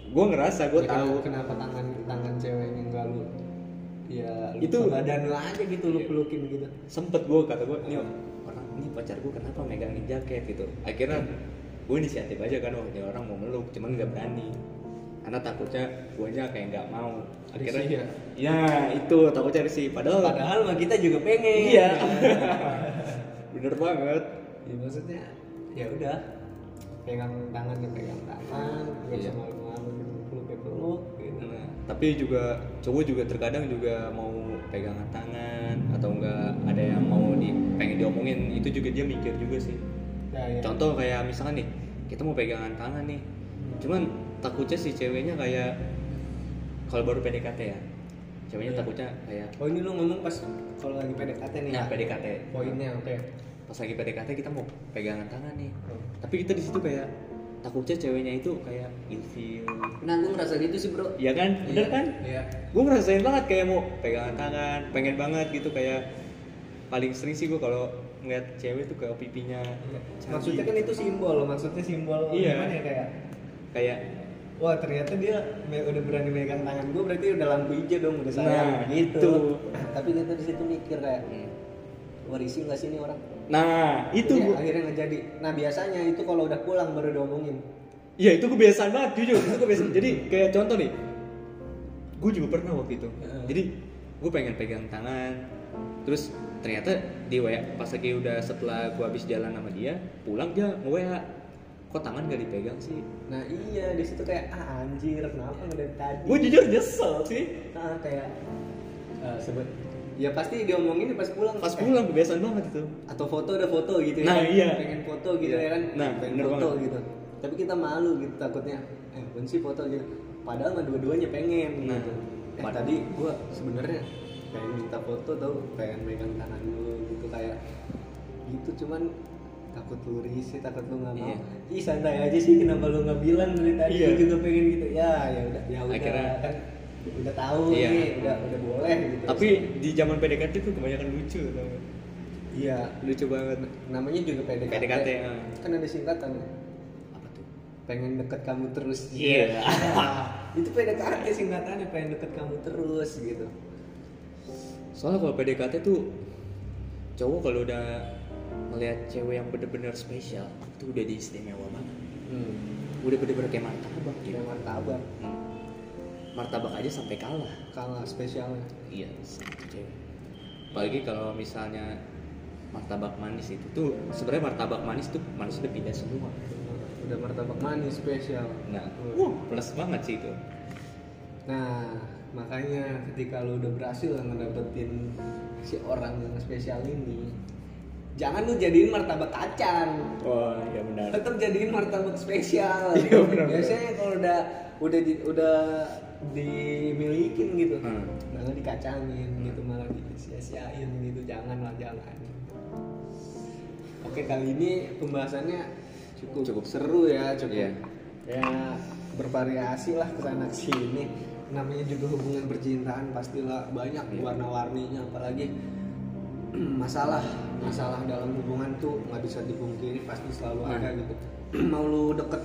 Speaker 2: gua ngerasa gua
Speaker 1: Ya,
Speaker 2: tahu
Speaker 1: kenapa- kenapa tangan tangan ceweknya enggak lu ya lu
Speaker 2: Itu-
Speaker 1: badan lu aja gitu lu pelukin gitu
Speaker 2: sempet gua kata gua ini orang ini pacar gua kenapa megangin jaket gitu akhirnya gua inisiatif aja kan oh ini orang mau meluk cuman nggak berani karena takutnya guanya kayak nggak mau akhirnya
Speaker 1: Risih ya?
Speaker 2: ya itu takutnya risih padahal
Speaker 1: padahal mah kita juga pengen [LAUGHS]
Speaker 2: Iya.
Speaker 1: Ya.
Speaker 2: [LAUGHS] Bener banget.
Speaker 1: Ya, maksudnya ya udah pegang tangan ya pegang tangan nggak
Speaker 2: Iya.
Speaker 1: usah malu-malu gitu peluk ya peluk gitu
Speaker 2: Nah, tapi juga cowok juga terkadang juga mau pegangan tangan atau enggak ada yang mau di pengen diomongin itu juga dia mikir juga sih.
Speaker 1: Nah, ya.
Speaker 2: Contoh kayak misalkan nih kita mau pegangan tangan nih, cuman takutnya si ceweknya kayak kalau baru PDKT ya, ceweknya
Speaker 1: Iya.
Speaker 2: takutnya kayak
Speaker 1: oh ini lu ngomong pas kalau lagi PDKT nih ya?
Speaker 2: nah PDKT
Speaker 1: poinnya oke
Speaker 2: pas lagi PDKT kita mau pegangan tangan nih,
Speaker 1: Hmm.
Speaker 2: tapi kita di situ kayak takutnya ceweknya itu kayak ilfil,
Speaker 1: nah gue ngerasa gitu sih bro
Speaker 2: ya kan, bener kan?
Speaker 1: iya
Speaker 2: gue ngerasain banget kayak mau pegangan tangan pengen banget gitu kayak paling sering sih gue kalau ngeliat cewek tuh kayak pipinya
Speaker 1: maksudnya kan itu simbol maksudnya simbol
Speaker 2: Iya.
Speaker 1: gimana ya kayak
Speaker 2: kayak
Speaker 1: wah ternyata dia me- udah berani megang tangan gue berarti udah lampu hijau dong udah sayang
Speaker 2: Nah,
Speaker 1: gitu
Speaker 2: itu.
Speaker 1: tapi kita di situ mikir kayak
Speaker 2: hmm.
Speaker 1: warisi nggak sih ini orang
Speaker 2: nah itu
Speaker 1: Jadi
Speaker 2: gua-
Speaker 1: akhirnya nggak jadi nah biasanya itu kalau udah pulang baru diomongin
Speaker 2: Iya itu kebiasaan banget jujur itu kebiasaan. Jadi kayak contoh nih, gue juga pernah waktu itu.
Speaker 1: Heeh.
Speaker 2: Jadi gue pengen pegang tangan, terus ternyata di WA pas lagi udah setelah gue habis jalan sama dia pulang dia nge WA kok tangan gak dipegang sih?
Speaker 1: nah iya di situ kayak ah anjir kenapa nggak dari tadi
Speaker 2: Gue jujur nyesel sih.
Speaker 1: ah, kayak eh, sebut ya pasti diomongin pas pulang
Speaker 2: Pas
Speaker 1: Eh,
Speaker 2: pulang kebiasaan banget itu.
Speaker 1: atau foto udah foto gitu
Speaker 2: Nah, iya.
Speaker 1: pengen foto gitu
Speaker 2: Iya.
Speaker 1: ya kan
Speaker 2: Nah,
Speaker 1: pengen
Speaker 2: bener
Speaker 1: foto
Speaker 2: banget.
Speaker 1: gitu tapi kita malu gitu takutnya eh pun sih foto gitu padahal mah dua-duanya pengen
Speaker 2: Nah,
Speaker 1: gitu eh,
Speaker 2: pad-
Speaker 1: tadi gua sebenarnya pengen minta foto tau pengen megang tangan lu gitu kayak gitu cuman takut lu risih takut lu nggak mau
Speaker 2: Iya.
Speaker 1: ih santai aja sih kenapa lu nggak bilang dari tadi
Speaker 2: Iya.
Speaker 1: gua juga pengen gitu ya ya udah ya udah
Speaker 2: Akhirnya-
Speaker 1: kan udah tahu
Speaker 2: Iya.
Speaker 1: nih udah udah boleh gitu
Speaker 2: Tapi di zaman PDKT tuh kebanyakan lucu, tau nggak?
Speaker 1: iya
Speaker 2: lucu banget.
Speaker 1: namanya juga PDKT,
Speaker 2: PDKT, ya.
Speaker 1: kan ada singkatan ya?
Speaker 2: Apa tuh?
Speaker 1: pengen deket kamu terus
Speaker 2: Iya.
Speaker 1: [LAUGHS] itu PDKT singkatannya pengen deket kamu terus gitu
Speaker 2: Soalnya kalau PDKT tuh cowok kalau udah melihat cewek yang bener-bener spesial itu udah diistimewa banget.
Speaker 1: hmm.
Speaker 2: Udah bener-bener kayak martabak gitu.
Speaker 1: kayak martabak
Speaker 2: Hmm. Martabak aja sampai kalah.
Speaker 1: kalah spesialnya
Speaker 2: Iya, sama cewek. Apalagi kalau misalnya martabak manis itu tuh sebenarnya martabak manis tuh manisnya pindah semua.
Speaker 1: udah martabak manis spesial
Speaker 2: Nah,
Speaker 1: Hmm.
Speaker 2: wah plus banget sih itu.
Speaker 1: nah makanya ketika lu udah berhasil ngedapetin si orang yang spesial ini jangan lu jadiin martabak kacang
Speaker 2: Wah, iya benar.
Speaker 1: tetap jadiin martabak spesial Gitu.
Speaker 2: Iya, benar,
Speaker 1: biasanya kalau udah udah di, udah dimilikin gitu
Speaker 2: Hmm.
Speaker 1: malah dikacangin gitu malah disia-siain gitu jangan lah jangan oke kali ini pembahasannya cukup,
Speaker 2: Cukup.
Speaker 1: seru ya cukup
Speaker 2: Iya.
Speaker 1: ya bervariasi lah kesana kesini namanya juga hubungan percintaan pastilah banyak
Speaker 2: Iya.
Speaker 1: warna-warninya apalagi [CLEARS THROAT] masalah masalah dalam hubungan tuh nggak bisa dipungkiri pasti selalu
Speaker 2: Hmm.
Speaker 1: ada gitu [CLEARS THROAT] mau lu deket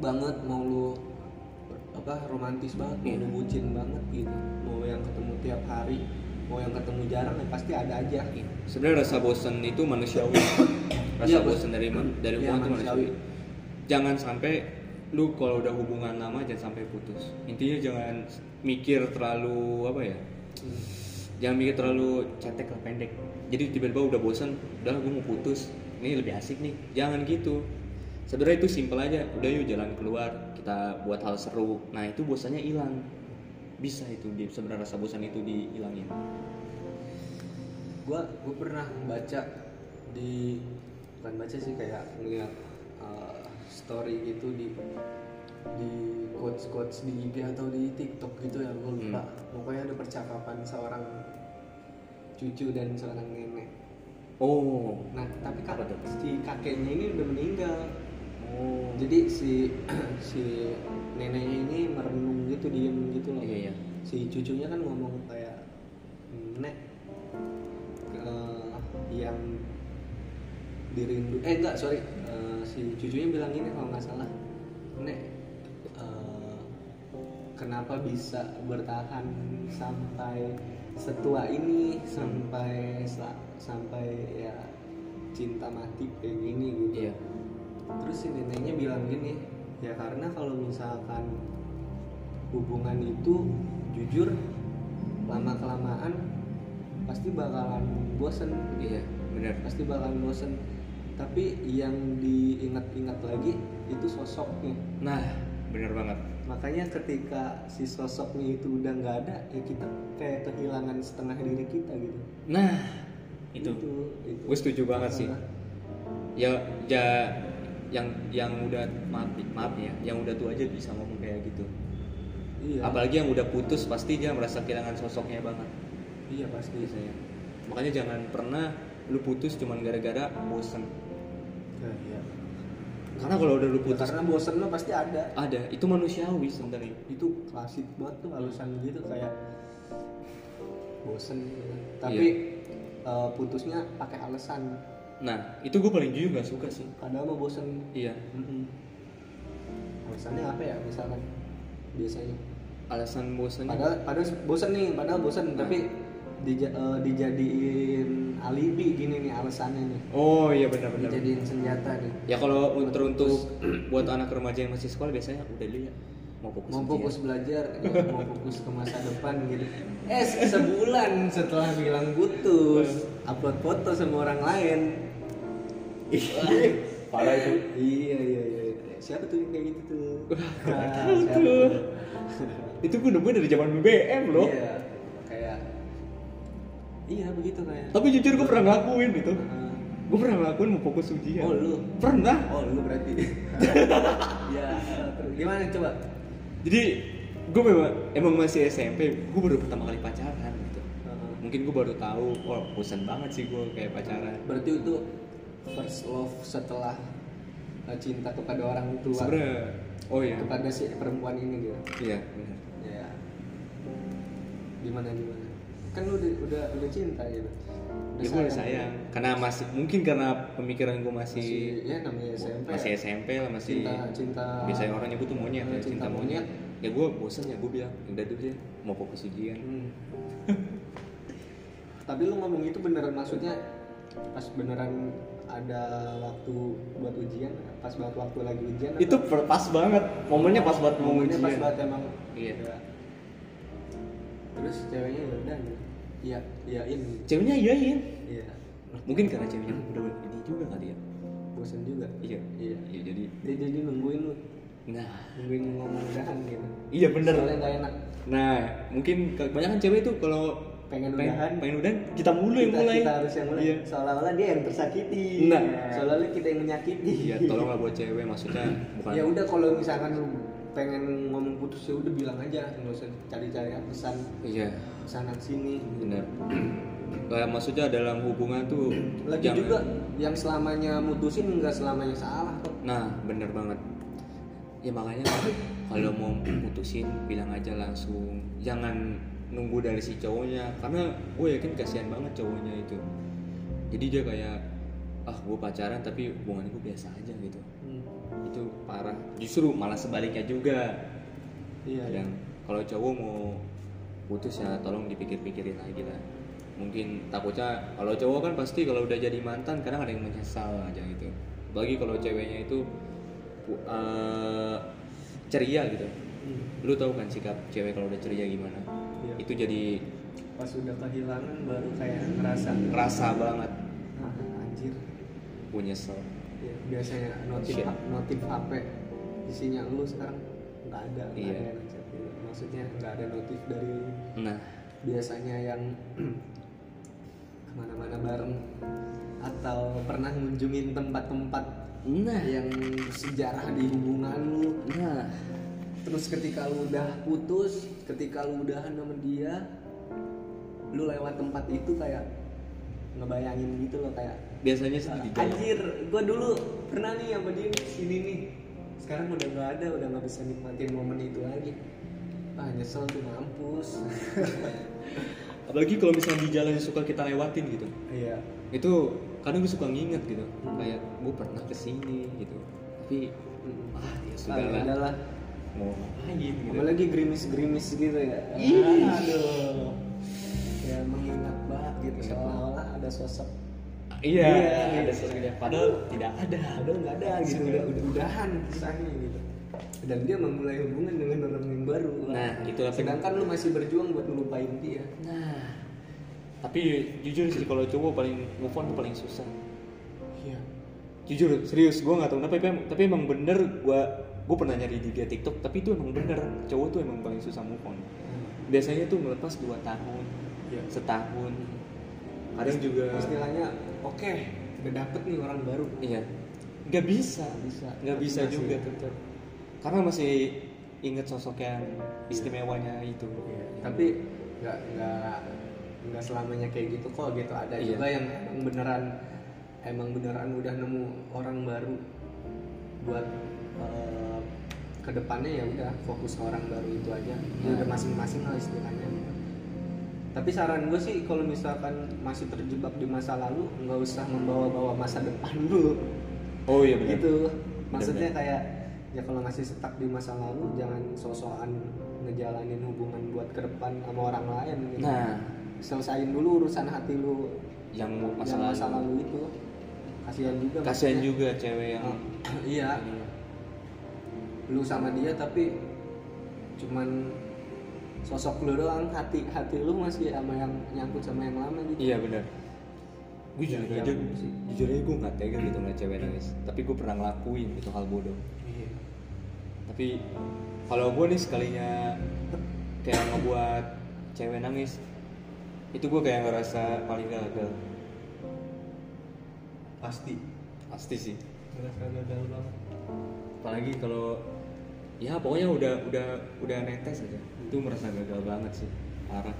Speaker 1: banget mau lu apa romantis banget mau
Speaker 2: Iya.
Speaker 1: lu bucin banget gitu mau yang ketemu tiap hari mau yang ketemu jarang ya pasti ada aja gitu
Speaker 2: sebenarnya rasa bosan itu manusiawi [COUGHS] rasa
Speaker 1: Iya, Bos.
Speaker 2: bosan dari ma- dari
Speaker 1: Iya,
Speaker 2: hubungan itu
Speaker 1: manusiawi.
Speaker 2: manusiawi jangan sampai lu kalau udah hubungan lama jangan sampai putus intinya jangan mikir terlalu apa ya
Speaker 1: Hmm.
Speaker 2: jangan mikir terlalu cetek lah pendek jadi tiba-tiba udah bosan udah gue mau putus ini lebih asik nih jangan gitu sebenarnya itu simpel aja udah yuk jalan keluar kita buat hal seru nah itu bosannya hilang bisa itu di- sebenarnya rasa bosan itu dihilangin
Speaker 1: gua gua pernah baca di bukan baca sih kayak ngeliat uh, story gitu di di quotes quotes di IG atau di TikTok gitu ya gue lupa pokoknya ada percakapan seorang cucu dan seorang nenek
Speaker 2: oh
Speaker 1: nah tapi kak
Speaker 2: Apa tuh?
Speaker 1: si kakeknya ini udah meninggal
Speaker 2: oh
Speaker 1: jadi si [CLEARS THROAT] si neneknya ini merenung gitu diem gitu loh
Speaker 2: Iya, iya.
Speaker 1: si cucunya kan ngomong kayak nek eh, yang dirindu eh enggak sorry Eh, si cucunya bilang gini kalau nggak salah nek eh, kenapa bisa bertahan sampai setua ini sampai sa- sampai ya cinta mati kayak gini gitu
Speaker 2: Iya.
Speaker 1: terus si neneknya bilang gini ya karena kalau misalkan hubungan itu jujur lama kelamaan pasti bakalan bosen
Speaker 2: Iya, benar.
Speaker 1: pasti bakalan bosen tapi yang diingat-ingat lagi itu sosoknya
Speaker 2: Nah, benar banget.
Speaker 1: makanya ketika si sosoknya itu udah nggak ada ya kita kayak kehilangan setengah diri kita gitu
Speaker 2: Nah, itu.
Speaker 1: itu.
Speaker 2: Gue setuju banget sih. Ya, ja, yang yang udah maaf maaf ya, yang udah tua aja bisa ngomong kayak gitu.
Speaker 1: iya
Speaker 2: Apalagi yang udah putus pasti dia merasa kehilangan sosoknya banget.
Speaker 1: iya pasti
Speaker 2: Biasanya. Makanya jangan pernah lu putus cuman gara-gara bosen. Iya,
Speaker 1: Ya, iya.
Speaker 2: Karena kalau udah lu
Speaker 1: Ya,
Speaker 2: putus
Speaker 1: karena bosen mah pasti ada
Speaker 2: ada, itu manusiawi sebenarnya.
Speaker 1: itu klasik banget tuh alasan gitu kayak bosen gitu. tapi eh, putusnya pakai alasan
Speaker 2: nah itu gue paling jujur gak suka sih
Speaker 1: kadang mah bosen
Speaker 2: iya
Speaker 1: Mhm. alasannya apa ya misalkan biasanya
Speaker 2: alasan bosannya
Speaker 1: padahal padahal bosen nih padahal bosen
Speaker 2: Nah.
Speaker 1: tapi dija- eh, dijadiin alibi gini nih alasannya nih
Speaker 2: oh iya benar-benar
Speaker 1: dijadiin senjata nih
Speaker 2: ya kalau untuk untuk buat anak remaja yang masih sekolah biasanya udah dulu ya mau fokus
Speaker 1: mau
Speaker 2: ujian.
Speaker 1: fokus belajar ya, mau fokus ke masa depan gitu eh se- sebulan setelah bilang putus upload foto sama orang lain
Speaker 2: parah itu.
Speaker 1: iya iya iya siapa tuh yang kayak gitu tuh
Speaker 2: nggak
Speaker 1: Ah,
Speaker 2: tahu
Speaker 1: siapa
Speaker 2: tuh.
Speaker 1: tuh?
Speaker 2: itu gue nemu dari zaman BBM loh
Speaker 1: iya kayak iya begitu kayak
Speaker 2: tapi jujur gue pernah ngelakuin Iya. gitu
Speaker 1: Ah.
Speaker 2: gue pernah ngelakuin mau fokus ujian
Speaker 1: Oh, lu?
Speaker 2: pernah
Speaker 1: oh lu
Speaker 2: [LAUGHS]
Speaker 1: berarti ya terus gimana coba
Speaker 2: jadi gue memang emang masih SMP gue baru pertama kali pacaran gitu
Speaker 1: Ah,
Speaker 2: mungkin gue baru tahu oh bosan banget sih gue kayak pacaran
Speaker 1: berarti itu first love setelah eh, cinta kepada orang tua
Speaker 2: sebenernya oh iya
Speaker 1: kepada si perempuan ini gitu
Speaker 2: iya benar
Speaker 1: ya gimana gimana kan lu udah udah, udah cinta gitu
Speaker 2: ya gue udah sayang karena masih mungkin karena pemikiran gue masih
Speaker 1: masih ya namanya SMP
Speaker 2: masih SMP lah masih
Speaker 1: cinta cinta
Speaker 2: biasanya orang nyebut tuh monyet
Speaker 1: Eh,
Speaker 2: ya, cinta,
Speaker 1: cinta
Speaker 2: monyet.
Speaker 1: monyet.
Speaker 2: ya gue bosan ya gue bilang udah dulu ya mau fokus ujian
Speaker 1: Hmm. [LAUGHS] tapi lu ngomong itu beneran maksudnya pas beneran ada waktu buat ujian pas banget waktu lagi ujian
Speaker 2: itu per- pas banget momennya pas banget mau
Speaker 1: momennya
Speaker 2: ujian
Speaker 1: pas banget emang
Speaker 2: Iya.
Speaker 1: Ya. terus ceweknya ya udah gitu. iya iyain gitu.
Speaker 2: ceweknya iyain
Speaker 1: iya
Speaker 2: mungkin karena ceweknya udah ini juga kali ya
Speaker 1: bosan juga
Speaker 2: iya
Speaker 1: Iya.
Speaker 2: iya jadi
Speaker 1: dia jadi nungguin lu
Speaker 2: nah
Speaker 1: nungguin lu ngomong udahan gitu
Speaker 2: iya bener
Speaker 1: soalnya nggak enak
Speaker 2: nah mungkin kebanyakan cewek itu kalau
Speaker 1: Pengen udahan.
Speaker 2: pengen udahan kita mulu yang
Speaker 1: kita,
Speaker 2: mulai
Speaker 1: kita harus yang mulai
Speaker 2: Iya.
Speaker 1: seolah-olah dia yang tersakiti
Speaker 2: Nah.
Speaker 1: seolah-olah kita yang menyakiti
Speaker 2: iya tolonglah buat cewek maksudnya bukan
Speaker 1: ya udah kalau misalkan lu pengen ngomong putus ya udah bilang aja nggak usah cari-cari pesan
Speaker 2: iya
Speaker 1: sana sini
Speaker 2: benar Kayak maksudnya dalam hubungan tuh
Speaker 1: lagi
Speaker 2: jangan-
Speaker 1: juga yang selamanya mutusin nggak selamanya salah kok
Speaker 2: Nah, bener banget. Ya makanya kalau mau putusin bilang aja langsung. Jangan nunggu dari si cowoknya karena gue yakin kasihan banget cowoknya itu. Jadi dia kayak ah gue pacaran tapi hubungan gue biasa aja gitu.
Speaker 1: Hmm.
Speaker 2: Itu parah. Justru malah sebaliknya juga.
Speaker 1: iya iya.
Speaker 2: Dan kalau cowok mau putus ya tolong dipikir-pikirin lagi lah. Mungkin takutnya kalau cowok kan pasti kalau udah jadi mantan kadang ada yang menyesal aja gitu. Bagi kalau ceweknya itu pu- eh, ceria gitu.
Speaker 1: Hmm.
Speaker 2: Lu tahu kan sikap cewek kalau udah ceria gimana?
Speaker 1: Iya.
Speaker 2: Itu jadi
Speaker 1: pas udah kehilangan baru kayak ngerasa
Speaker 2: kerasa banget
Speaker 1: ah, anjir
Speaker 2: gue nyesel.
Speaker 1: Ya, biasanya notif
Speaker 2: Shit.
Speaker 1: notif HP isinya lu sekarang nggak ada nggak
Speaker 2: Iya.
Speaker 1: ada yang ngechat gitu. maksudnya nggak ada notif dari lu.
Speaker 2: Nah,
Speaker 1: biasanya yang [CLEARS THROAT] kemana-mana bareng atau pernah ngunjungin tempat-tempat
Speaker 2: nah,
Speaker 1: yang sejarah di hubungan lu
Speaker 2: nah.
Speaker 1: terus ketika lu udah putus ketika lu udahan sama dia lu lewat tempat itu kayak ngebayangin gitu loh kayak
Speaker 2: Biasanya sih di jalan.
Speaker 1: Anjir, gue dulu pernah nih sama dia sini nih. Sekarang udah nggak ada, udah nggak bisa nikmatin momen itu lagi. Ah nyesel tuh
Speaker 2: [LAUGHS]
Speaker 1: mampus.
Speaker 2: Apalagi kalau misalnya di jalan yang suka kita lewatin gitu.
Speaker 1: Iya.
Speaker 2: itu kadang gue suka nginget gitu
Speaker 1: Hmm.
Speaker 2: kayak gue pernah kesini gitu tapi
Speaker 1: Mm.
Speaker 2: ah ya
Speaker 1: Ah,
Speaker 2: sudah lah
Speaker 1: udahlah.
Speaker 2: mau ngapain gitu
Speaker 1: Apalagi gerimis-gerimis gitu ya.
Speaker 2: Ih.
Speaker 1: Ah, Aduh. Ya mengingat banget gitu
Speaker 2: Mengingat
Speaker 1: seolah-olah ada sosok
Speaker 2: Ah, iya
Speaker 1: Iya,
Speaker 2: ada
Speaker 1: gitu.
Speaker 2: sosoknya padahal tidak ada
Speaker 1: ada nggak ada gitu
Speaker 2: Sudah.
Speaker 1: udah udah udahan kisahnya gitu dan dia memulai hubungan dengan orang yang baru
Speaker 2: Nah, itulah pen-
Speaker 1: sedangkan lu masih berjuang buat ngelupain dia
Speaker 2: nah tapi jujur sih kalau cowok paling move on tuh paling susah
Speaker 1: iya
Speaker 2: jujur serius gue nggak tahu kenapa tapi em- tapi emang bener gue gue pernah nyari di dia TikTok tapi itu emang bener cowok tuh emang paling susah move on
Speaker 1: Nah,
Speaker 2: biasanya tuh melepas 2 tahun
Speaker 1: Iya. Hmm.
Speaker 2: setahun kadang juga
Speaker 1: istilahnya oke udah dapet nih orang baru
Speaker 2: iya nggak bisa
Speaker 1: bisa
Speaker 2: nggak bisa
Speaker 1: Masih
Speaker 2: juga
Speaker 1: tetep.
Speaker 2: tetap karena masih inget sosok yang istimewanya itu
Speaker 1: Iya. tapi nggak nggak nggak selamanya kayak gitu kok gitu ada
Speaker 2: Iya.
Speaker 1: juga yang emang beneran emang beneran udah nemu orang baru buat eh, kedepannya ya udah fokus ke orang baru itu aja Ya
Speaker 2: Nah.
Speaker 1: udah masing-masing lah istilahnya tapi saran gue sih kalau misalkan masih terjebak di masa lalu nggak usah membawa-bawa masa depan dulu
Speaker 2: oh iya benar
Speaker 1: gitu maksudnya kayak ya kalau masih stuck di masa lalu jangan sosokan ngejalanin hubungan buat ke depan sama orang lain gitu.
Speaker 2: nah
Speaker 1: selesain dulu urusan hati lu
Speaker 2: yang
Speaker 1: yang
Speaker 2: masalah
Speaker 1: masa lalu itu kasihan juga
Speaker 2: kasihan
Speaker 1: maksudnya.
Speaker 2: juga cewek yang
Speaker 1: [CLEARS THROAT] iya lu sama dia tapi cuman sosok lu doang hati hati lu masih sama yang nyangkut sama yang lama gitu
Speaker 2: iya benar gue
Speaker 1: Ya,
Speaker 2: jujur
Speaker 1: yang-
Speaker 2: aja jujur aja gue nggak tega gitu ngeliat cewek nangis tapi gue pernah ngelakuin gitu hal bodoh
Speaker 1: Iya.
Speaker 2: tapi kalau gue nih sekalinya kayak ngebuat cewek nangis itu gue kayak ngerasa paling gagal
Speaker 1: pasti
Speaker 2: pasti sih
Speaker 1: ngerasa gagal banget
Speaker 2: apalagi kalau ya pokoknya udah udah udah netes aja itu merasa gagal banget sih parah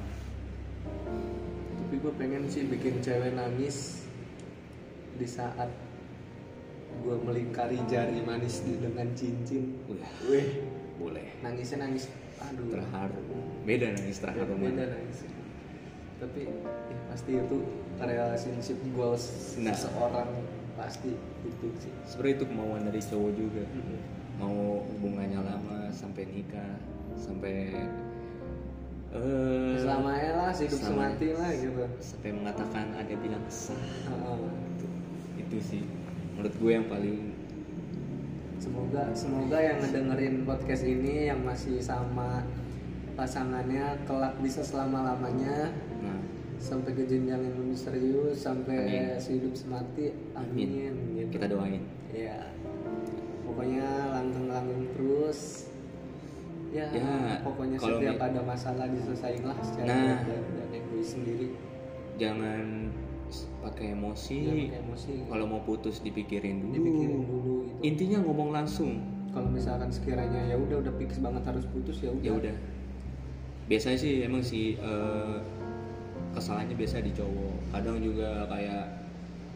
Speaker 1: tapi gue pengen sih bikin cewek nangis di saat gue melingkari jari manis di dengan cincin
Speaker 2: udah
Speaker 1: weh
Speaker 2: boleh
Speaker 1: nangisnya nangis aduh
Speaker 2: terharu beda nangis terharu
Speaker 1: Hmm. beda
Speaker 2: mana
Speaker 1: nangisnya tapi ya, pasti itu relationship goals
Speaker 2: Nah.
Speaker 1: seseorang pasti itu sih
Speaker 2: sebenarnya itu kemauan dari cowok juga
Speaker 1: Hmm.
Speaker 2: mau hubungannya lama sampai nikah sampai eh
Speaker 1: selamanya lah hidup
Speaker 2: selama-
Speaker 1: semati lah gitu
Speaker 2: sampai mengatakan ada bilang sah
Speaker 1: Heeh.
Speaker 2: itu sih menurut gue yang paling
Speaker 1: semoga semoga yang ngedengerin podcast ini yang masih sama pasangannya kelak bisa selama lamanya
Speaker 2: nah
Speaker 1: sampai ke jenjang yang lebih serius sampai
Speaker 2: Amin.
Speaker 1: sehidup semati amin, gitu.
Speaker 2: kita doain
Speaker 1: ya pokoknya langgeng-langgeng terus ya,
Speaker 2: Ya,
Speaker 1: pokoknya
Speaker 2: kalau
Speaker 1: setiap
Speaker 2: mi-
Speaker 1: ada masalah diselesaikan lah secara
Speaker 2: Nah.
Speaker 1: dan, dan egois sendiri
Speaker 2: jangan s- pakai emosi
Speaker 1: Jangan emosi
Speaker 2: kalau mau putus dipikirin dulu
Speaker 1: dipikirin dulu gitu
Speaker 2: intinya ngomong langsung
Speaker 1: kalau misalkan sekiranya ya udah udah fix banget harus putus ya
Speaker 2: ya
Speaker 1: udah
Speaker 2: udah biasanya sih emang sih eh, kesalahannya biasa di cowok kadang juga kayak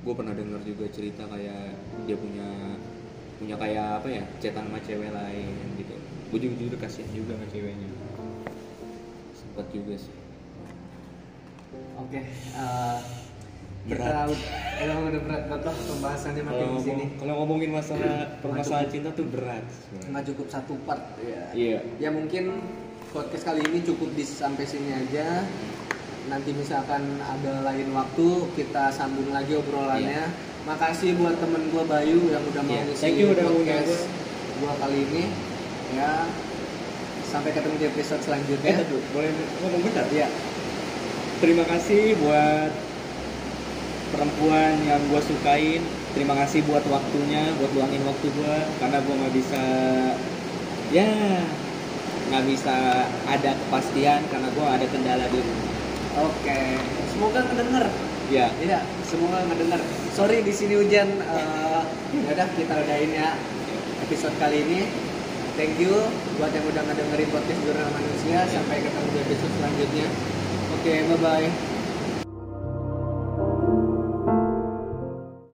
Speaker 2: gue pernah dengar juga cerita kayak dia punya punya kayak apa ya cetan sama cewek lain gitu gue juga jujur kasihan juga sama ceweknya sempat juga sih
Speaker 1: oke eh, kita udah emang udah berat banget lah pembahasannya makin
Speaker 2: kalau
Speaker 1: di sini
Speaker 2: ngomong- kalau ngomongin masalah permasalahan cinta tuh berat sebenarnya.
Speaker 1: nggak cukup satu part ya
Speaker 2: iya
Speaker 1: ya mungkin podcast kali ini cukup di sampai sini aja nanti misalkan ada lain waktu kita sambung lagi obrolannya makasih buat temen gue Bayu yang udah mau
Speaker 2: Iya,
Speaker 1: ngisi
Speaker 2: thank you udah
Speaker 1: podcast
Speaker 2: undang
Speaker 1: gue kali ini ya sampai ketemu di episode
Speaker 2: eh
Speaker 1: selanjutnya
Speaker 2: aduh, boleh ngomong bentar
Speaker 1: ya
Speaker 2: terima kasih buat perempuan yang gue sukain terima kasih buat waktunya buat luangin waktu gue karena gue nggak bisa ya nggak bisa ada kepastian karena gue ada kendala di rumah
Speaker 1: oke semoga kedenger
Speaker 2: ya
Speaker 1: ya semoga ngedenger sorry di sini hujan Eh, ya udah kita udahin ya episode kali ini. Thank you buat yang udah ngedengerin podcast Jurnal Manusia. Sampai ketemu di episode selanjutnya. Oke, bye-bye.